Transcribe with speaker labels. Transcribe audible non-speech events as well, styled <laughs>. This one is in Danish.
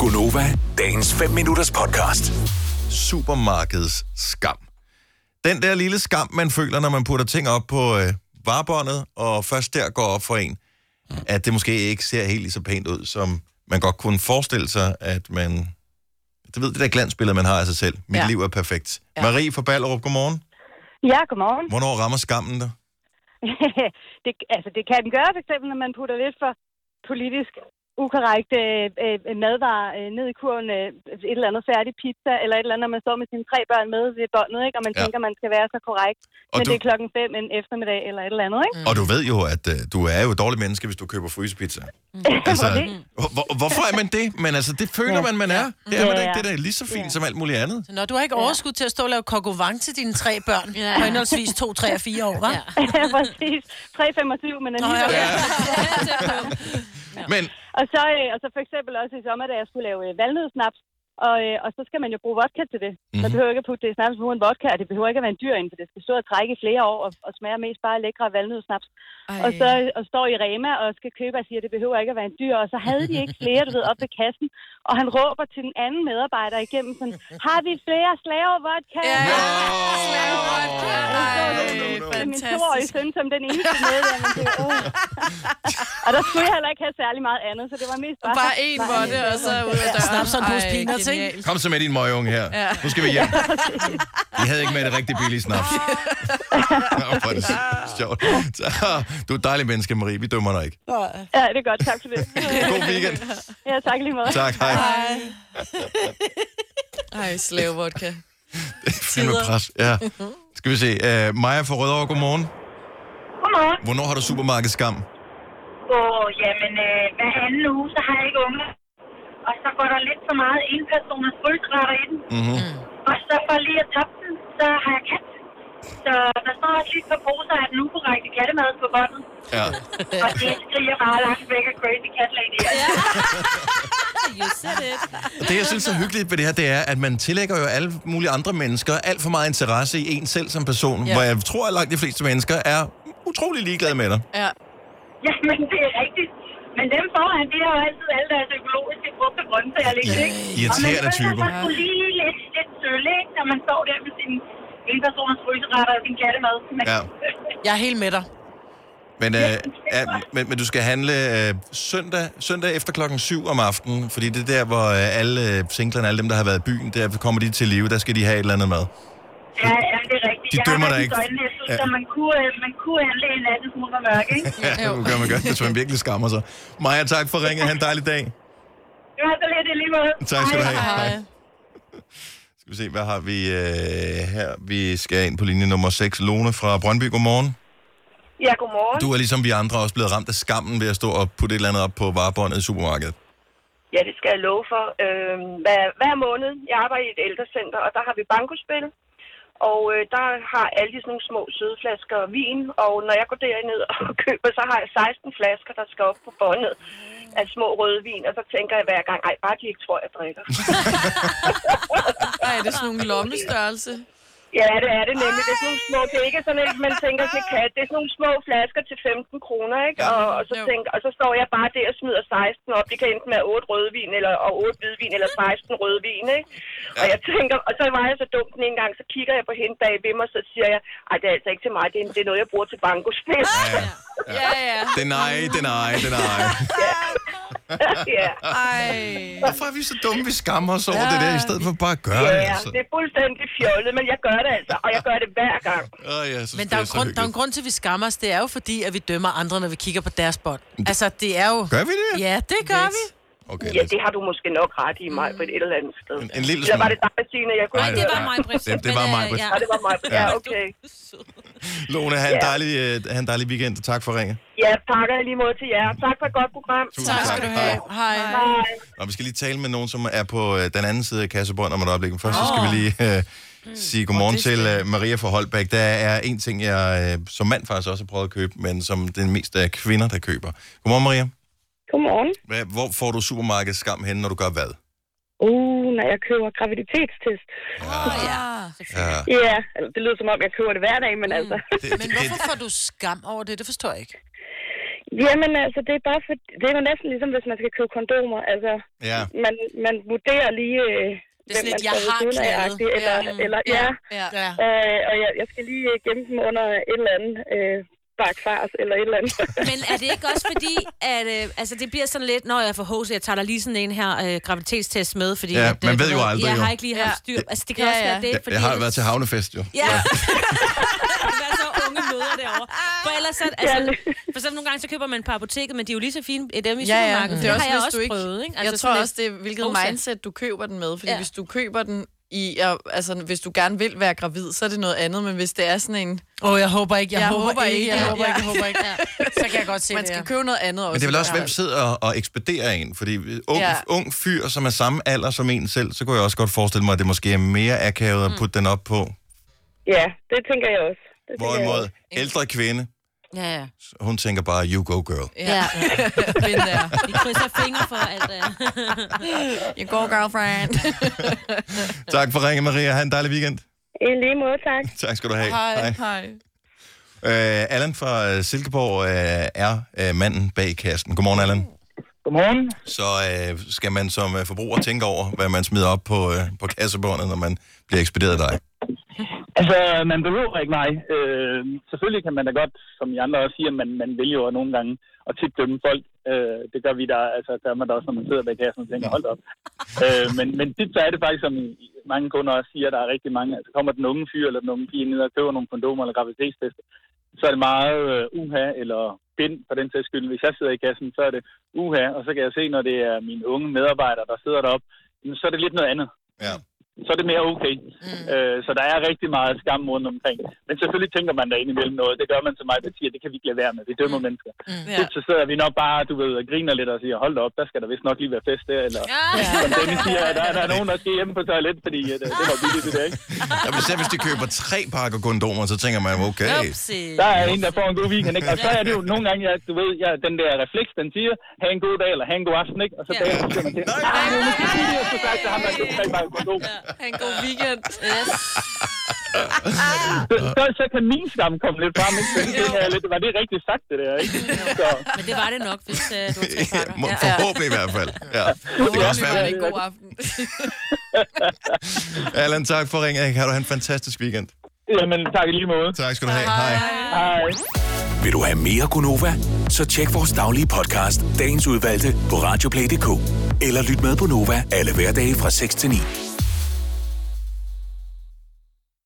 Speaker 1: Gunova, dagens 5 minutters podcast.
Speaker 2: supermarkedets skam. Den der lille skam, man føler, når man putter ting op på øh, varebåndet, og først der går op for en, at det måske ikke ser helt lige så pænt ud, som man godt kunne forestille sig, at man... Du ved, det der glansbillede, man har af sig selv. Mit ja.
Speaker 3: Ja.
Speaker 2: liv er perfekt. Ja.
Speaker 3: Ja.
Speaker 2: Marie fra Ballerup, godmorgen.
Speaker 4: Ja, godmorgen. <laughs>
Speaker 2: Hvornår rammer skammen dig?
Speaker 4: det, altså, det kan den gøre, for eksempel, når man putter lidt for politisk ukorrekte øh, øh, madvarer øh, ned i kurven, øh, et eller andet færdig pizza, eller et eller andet, når man står med sine tre børn med ved båndet, ikke? og man
Speaker 2: Ja.
Speaker 4: ja. tænker, man skal være så korrekt,
Speaker 2: Og
Speaker 4: men
Speaker 2: du-
Speaker 4: det er klokken fem en eftermiddag, eller et eller andet, ikke?
Speaker 2: Mm. Og du ved jo, at øh, du er jo et dårligt menneske, hvis du køber frysepizza.
Speaker 4: <laughs>
Speaker 2: Mm. Altså, hvor, hvorfor er man det? Men altså, det føler ja. man, man er. Det er man
Speaker 4: Ja,
Speaker 2: da ikke.
Speaker 4: ja.
Speaker 2: Det der er da lige så fint ja. som alt muligt andet.
Speaker 5: Nå, du har ikke overskud til at stå og lave kokovang til dine tre børn
Speaker 3: Ja.
Speaker 5: på henholdsvis to, tre og fire år, hva'? Ja.
Speaker 4: Præcis. 3,25, men alligevel.
Speaker 5: ja.
Speaker 4: ja.
Speaker 2: Men
Speaker 4: Og så, øh, og så for eksempel også i sommer, da jeg skulle lave øh, valnødsnaps, og, øh, og så skal man jo bruge vodka til det. Mm-hmm. Man behøver ikke at putte det i snaps på en vodka, og det behøver ikke at være en dyr ind, for det skal stå og trække i flere år og, og smage mest bare lækre af valnødsnaps. Og så og står i Rema og skal købe og siger, at det behøver ikke at være en dyr, og så havde de ikke flere, du ved, op ved kassen. Og han råber til den anden medarbejder igennem sådan, har vi flere slaver vodka?
Speaker 3: Ja,
Speaker 4: Og
Speaker 3: slavevodka.
Speaker 4: så står
Speaker 3: Ej,
Speaker 4: det til min toårige
Speaker 3: fantastisk.
Speaker 4: søn som den eneste med, der, men det, oh. Og der skulle jeg heller ikke have særlig meget andet, så det var mest bare...
Speaker 3: Bare en måtte, og så ud af døren.
Speaker 5: Snap sådan en pose
Speaker 3: Ej,
Speaker 5: peanuts, ikke?
Speaker 3: genialt.
Speaker 2: Kom så med din møgeunge her. <laughs> Ja. Nu skal vi hjem. De havde ikke med det rigtig billige snaps. Nå, for det sjovt. Så, Du er et dejligt menneske, Marie. Vi dømmer dig ikke.
Speaker 4: Ja, det er godt. Tak for det.
Speaker 2: God weekend.
Speaker 4: Ja, tak i lige måde.
Speaker 2: Tak, hej. hej.
Speaker 3: Ej, slavevodka.
Speaker 2: Fyldt med pres. Ja. Skal vi se. Uh, Maja fra Rødovre, godmorgen.
Speaker 6: Godmorgen.
Speaker 2: Hvornår har du Mhm. supermarkedsskam?
Speaker 6: Åh, jamen, øh, hver anden uge, så har jeg ikke unger. Og så går der lidt for meget enpersoners frysretter i den.
Speaker 2: Mm-hmm.
Speaker 6: Og så for lige at toppe den, så har jeg kat. Så der står også lige et par poser af den ukorrekte kattemad på båndet.
Speaker 2: Ja.
Speaker 6: Og det skriger bare langt væk af Crazy Cat Lady.
Speaker 2: Det, jeg synes er hyggeligt ved det her, det er, at man tillægger jo alle mulige andre mennesker alt for meget interesse i en selv som person, ja. hvor jeg tror, at langt de fleste mennesker er utrolig ligeglade med dig.
Speaker 3: Ja.
Speaker 6: <laughs> Jamen, det er rigtigt. Men dem foran, de har jo altid alle deres økologiske frugter og grøntsager liggende, ikke?
Speaker 2: irriterende
Speaker 6: og man føler
Speaker 2: typer.
Speaker 6: sig sgu lige lidt, lidt sølle, ikke? Når man står der med sin enpersoners fryseretter og sin kattemad. Men,
Speaker 2: Ja.
Speaker 6: <laughs>
Speaker 5: Jeg er helt med dig.
Speaker 2: Men, øh, ja, men, men du skal handle øh, søndag, søndag efter klokken 7 om aftenen, fordi det er der, hvor øh, alle øh, singlerne, alle dem, der har været i byen, der kommer de til live, der skal de have et eller andet mad.
Speaker 6: Ja, ja, det er rigtigt.
Speaker 2: De
Speaker 6: jeg har
Speaker 2: dømmer dig
Speaker 6: rigtig
Speaker 2: ikke.
Speaker 6: Døgnet, jeg synes,
Speaker 2: Ja.
Speaker 6: ja. at man kunne, øh, man kunne handle en natten smule var mørk,
Speaker 2: <laughs>
Speaker 6: ikke?
Speaker 2: Ja, det gør man godt, hvis man virkelig skammer sig. Maja, tak for ringet. Ha' en dejlig dag.
Speaker 6: Det var så lidt i lige måde.
Speaker 2: Tak skal du
Speaker 6: Hej,
Speaker 2: have.
Speaker 3: Hej.
Speaker 2: Skal vi se, hvad har vi øh, her? Vi skal ind på linje nummer 6. Lone fra Brøndby, godmorgen.
Speaker 6: Ja, godmorgen.
Speaker 2: Du er ligesom vi andre også blevet ramt af skammen ved at stå og putte et eller andet op på varebåndet i supermarkedet.
Speaker 6: Ja, det skal jeg love for. Øhm, hver, hver måned, jeg arbejder i et ældrecenter, og der har vi bankospil. Og øh, der har alle de sådan nogle små søde flasker vin, og når jeg går derned <laughs> og køber, så har jeg 16 flasker, der skal op på båndet af små rødvin, og så tænker jeg hver gang, ej, bare de ikke tror, jeg drikker.
Speaker 3: Ej, det er sådan nogle lommestørrelse.
Speaker 6: Ja, det er det nemlig. Det er sådan nogle små, det er ikke sådan, at man tænker til kat. Det er sådan nogle små flasker til 15 kroner, ikke? Og, og, så
Speaker 3: Jo.
Speaker 6: tænker, og så står jeg bare der og smider 16 op. Det kan enten være 8 rødvin, eller, og 8 hvidvin, eller 16 rødvin, ikke? Og jeg tænker, og så var jeg så dum den ene gang, så kigger jeg på hende bag ved mig, så siger jeg, ej, det er altså ikke til mig, det er, det er noget, jeg bruger til bankospil. <laughs>
Speaker 2: Ja.
Speaker 3: Ja, ja.
Speaker 2: Det er nej, det er nej, det er <laughs> nej.
Speaker 6: ja.
Speaker 3: Ej.
Speaker 2: Hvorfor er vi så dumme, vi skammer os over ja. det der, i stedet for bare at gøre det?
Speaker 6: ja,
Speaker 2: Altså.
Speaker 6: det er fuldstændig fjollet, men jeg gør det altså, og jeg gør det hver gang.
Speaker 2: Åh, jeg synes,
Speaker 5: Men der er,
Speaker 2: det
Speaker 5: jo
Speaker 2: så
Speaker 5: grund, der er jo en
Speaker 2: hyggeligt.
Speaker 5: grund til, at vi skammer os. Det er jo fordi, at vi dømmer andre, når vi kigger på deres bånd. Altså, det er jo...
Speaker 2: Gør vi det?
Speaker 5: Ja, det gør vi.
Speaker 2: Okay,
Speaker 6: Ja,
Speaker 2: lidt.
Speaker 6: det har du måske nok ret i mig på et eller andet sted.
Speaker 2: En- en lille
Speaker 6: Eller var
Speaker 2: smule.
Speaker 6: det dig, Bettina? Jeg kunne
Speaker 2: Nej,
Speaker 6: ikke
Speaker 7: Det
Speaker 6: høre
Speaker 7: var mig,
Speaker 6: dig.
Speaker 7: Britt.
Speaker 2: Det- det var
Speaker 7: Men,
Speaker 2: mig,
Speaker 7: øh,
Speaker 2: Britt.
Speaker 7: ja.
Speaker 6: Ja, det var mig. Ja, okay.
Speaker 2: Lone, have en
Speaker 6: Ja.
Speaker 2: dejlig, øh, have en dejlig weekend. Tak for ringet.
Speaker 6: Ja, takker jeg lige mod til jer. Tak for et godt program.
Speaker 5: Tak skal du have. Hej.
Speaker 6: Hej.
Speaker 2: Og vi skal lige tale med nogen, som er på øh, den anden side af kassebånd om et øjeblik. Men først så skal vi lige øh,
Speaker 5: Mm.
Speaker 2: sige godmorgen
Speaker 3: Åh, det
Speaker 2: til øh, Maria fra Holbæk. Der er en ting, jeg øh, som mand faktisk også har prøvet at købe, men som den meste er kvinder, der køber. Godmorgen, Maria.
Speaker 8: Godmorgen.
Speaker 2: Hvad- Hvor får du supermarkedets skam hen, når du gør hvad?
Speaker 8: Uh, når jeg køber graviditetstest.
Speaker 2: Ja,
Speaker 8: Ja, yeah, altså, det lyder som om, jeg køber det hver dag, men mm. altså...
Speaker 2: det, det,
Speaker 5: Men
Speaker 2: det,
Speaker 5: hvorfor får du skam over det? Det forstår jeg ikke.
Speaker 8: Jamen altså, det er bare for, det er jo næsten ligesom, hvis man skal købe kondomer. Altså,
Speaker 2: Ja.
Speaker 8: man, man vurderer lige, øh,
Speaker 5: Det er sådan
Speaker 4: altså,
Speaker 5: lidt, jeg
Speaker 8: står ved
Speaker 5: har
Speaker 8: siden af,
Speaker 5: knaldet.
Speaker 8: agtigt, eller,
Speaker 3: Ja, mm,
Speaker 8: eller, ja.
Speaker 3: Ja.
Speaker 5: Ja.
Speaker 8: Øh, og jeg, jeg skal lige øh, gemme dem under et eller andet øh, bakfars eller et eller andet. <laughs>
Speaker 7: Men er det ikke også fordi, at øh, altså, det bliver sådan lidt, når jeg får hos, jeg tager da lige sådan en her øh, graviditetstest med, fordi
Speaker 2: Ja,
Speaker 7: at,
Speaker 2: man
Speaker 7: øh,
Speaker 2: ved
Speaker 7: du
Speaker 2: jo aldrig,
Speaker 7: Jeg
Speaker 2: jo.
Speaker 7: har ikke lige haft styr. Altså, det kan
Speaker 3: Ja,
Speaker 7: også
Speaker 3: ja.
Speaker 7: være det.
Speaker 2: Jeg har jo været til
Speaker 7: <laughs>
Speaker 2: havnefest, jo.
Speaker 7: Ja. det er så unge møder derovre. For
Speaker 3: Ah.
Speaker 7: ellers så, altså, for så nogle gange, så køber man på apoteket, men de er jo lige så fine i dem i
Speaker 3: Ja, ja.
Speaker 7: supermarkedet.
Speaker 3: Det,
Speaker 7: Det,
Speaker 3: er også,
Speaker 7: har jeg
Speaker 3: hvis
Speaker 7: også
Speaker 3: du ikke,
Speaker 7: prøvet, ikke?
Speaker 3: Altså, jeg tror
Speaker 7: sådan
Speaker 3: også, det er, hvilket
Speaker 7: Osa.
Speaker 3: mindset, du køber den med. Fordi ja.
Speaker 7: Ja.
Speaker 3: hvis du køber den i, ja, altså hvis du gerne vil være gravid, så er det noget andet. Men hvis det er sådan en,
Speaker 5: Åh, oh, jeg håber ikke, jeg,
Speaker 3: Jeg
Speaker 5: håber,
Speaker 3: håber
Speaker 5: ikke,
Speaker 3: ikke,
Speaker 5: jeg
Speaker 3: ja.
Speaker 5: håber ikke, jeg håber ikke. Så kan jeg godt se
Speaker 3: man skal
Speaker 5: det her.
Speaker 3: købe noget andet også.
Speaker 2: Men det er vel også,
Speaker 3: Ja.
Speaker 2: hvem sidder og ekspederer en? Fordi ung, ja.
Speaker 3: Ja.
Speaker 2: ung fyr, som er samme alder som en selv, så kunne jeg også godt forestille mig, at det måske er mere akavet at putte den op på.
Speaker 8: ja, det tænker jeg også. Det tænker jeg
Speaker 2: Hvorimod
Speaker 8: også.
Speaker 2: ældre kvinde,
Speaker 5: Ja, ja.
Speaker 2: hun tænker bare, you go girl.
Speaker 3: Ja. Vind der.
Speaker 7: Vi krydser fingre for, at... Øh,
Speaker 3: You go,
Speaker 2: <laughs>
Speaker 3: girlfriend.
Speaker 2: Tak for ringen, Maria. Ha' en dejlig weekend. <laughs>
Speaker 8: I lige måde, tak.
Speaker 2: Tak skal du have.
Speaker 3: Hej. Hej.
Speaker 2: Øh, Allan fra øh, Silkeborg øh, er øh, manden bag kassen. Godmorgen, Allan.
Speaker 9: Godmorgen.
Speaker 2: Så øh, skal man som øh, forbruger tænke over, hvad man smider op på, øh, på kassebåndet, når man bliver ekspederet af dig.
Speaker 9: Altså, man behøver ikke mig. Øh, selvfølgelig kan man da godt, som I andre også siger, man, man vil jo nogle gange at tit dømme folk. Øh, det gør vi da, altså gør man da også, når man sidder bag kassen og tænker, hold da op. øh, men, men tit så er det faktisk, som I- mange kunder også siger, der er rigtig mange, altså kommer den unge fyr eller den unge pige ned og køber nogle kondomer eller graviditetstest, så er det meget øh, uha eller bind for den sags skyld. Hvis jeg sidder i kassen, så er det uha, og så kan jeg se, når det er mine unge medarbejdere, der sidder deroppe, jamen, så er det lidt noget andet.
Speaker 2: Ja.
Speaker 9: så er det mere okay. Mm. Øh, så der er rigtig meget skam rundt omkring. Men selvfølgelig tænker man da indimellem noget. Det gør man så meget, der siger, det kan vi ikke lade være med. Vi dømmer mm. mennesker. Mm.
Speaker 3: Ja.
Speaker 9: Ja. Så sidder vi nok bare, du ved, og griner lidt og siger, hold da op, der skal der vist nok lige være fest der. Eller ja. som Dennis siger, der, der er nogen, der skal hjem på toilet, fordi øh, det, det var billigt det der, ikke?
Speaker 2: Og især hvis de køber tre pakker kondomer, så tænker man, okay,
Speaker 5: Upsi.
Speaker 9: Der er en, der får en god weekend, ikke? Og så er det jo nogle gange, jeg, du ved, jeg, den der refleks, den siger, have en god dag, eller have en god aften, ikke? Og så
Speaker 5: Ja.
Speaker 9: ja. bagefter siger man til, nej, nej,
Speaker 2: <laughs>
Speaker 9: nej, nej, nej, nej, nej, nej, nej, nej, nej, nej, nej, nej,
Speaker 3: Ha' en god weekend. Yes.
Speaker 9: så, så, så kan min skam komme lidt frem, ikke? Fordi det er lidt, var det rigtigt sagt, det der, ikke? Så,
Speaker 7: men det var det nok, hvis øh, du var tre
Speaker 2: <laughs>
Speaker 7: pakker.
Speaker 2: Må-
Speaker 7: Ja.
Speaker 2: Forhåbentlig i hvert fald. Ja. Det kan også
Speaker 3: Det var
Speaker 2: være.
Speaker 3: en god aften.
Speaker 2: Allan, tak for ringen. Kan du have en fantastisk weekend.
Speaker 9: jamen, tak i lige måde.
Speaker 2: Tak skal du have. Hej.
Speaker 9: Hej.
Speaker 1: Vil du have mere Gunova? Så tjek vores daglige podcast, dagens udvalgte, på radioplay.dk. Eller lyt med på Nova alle hverdage fra 6 til 9.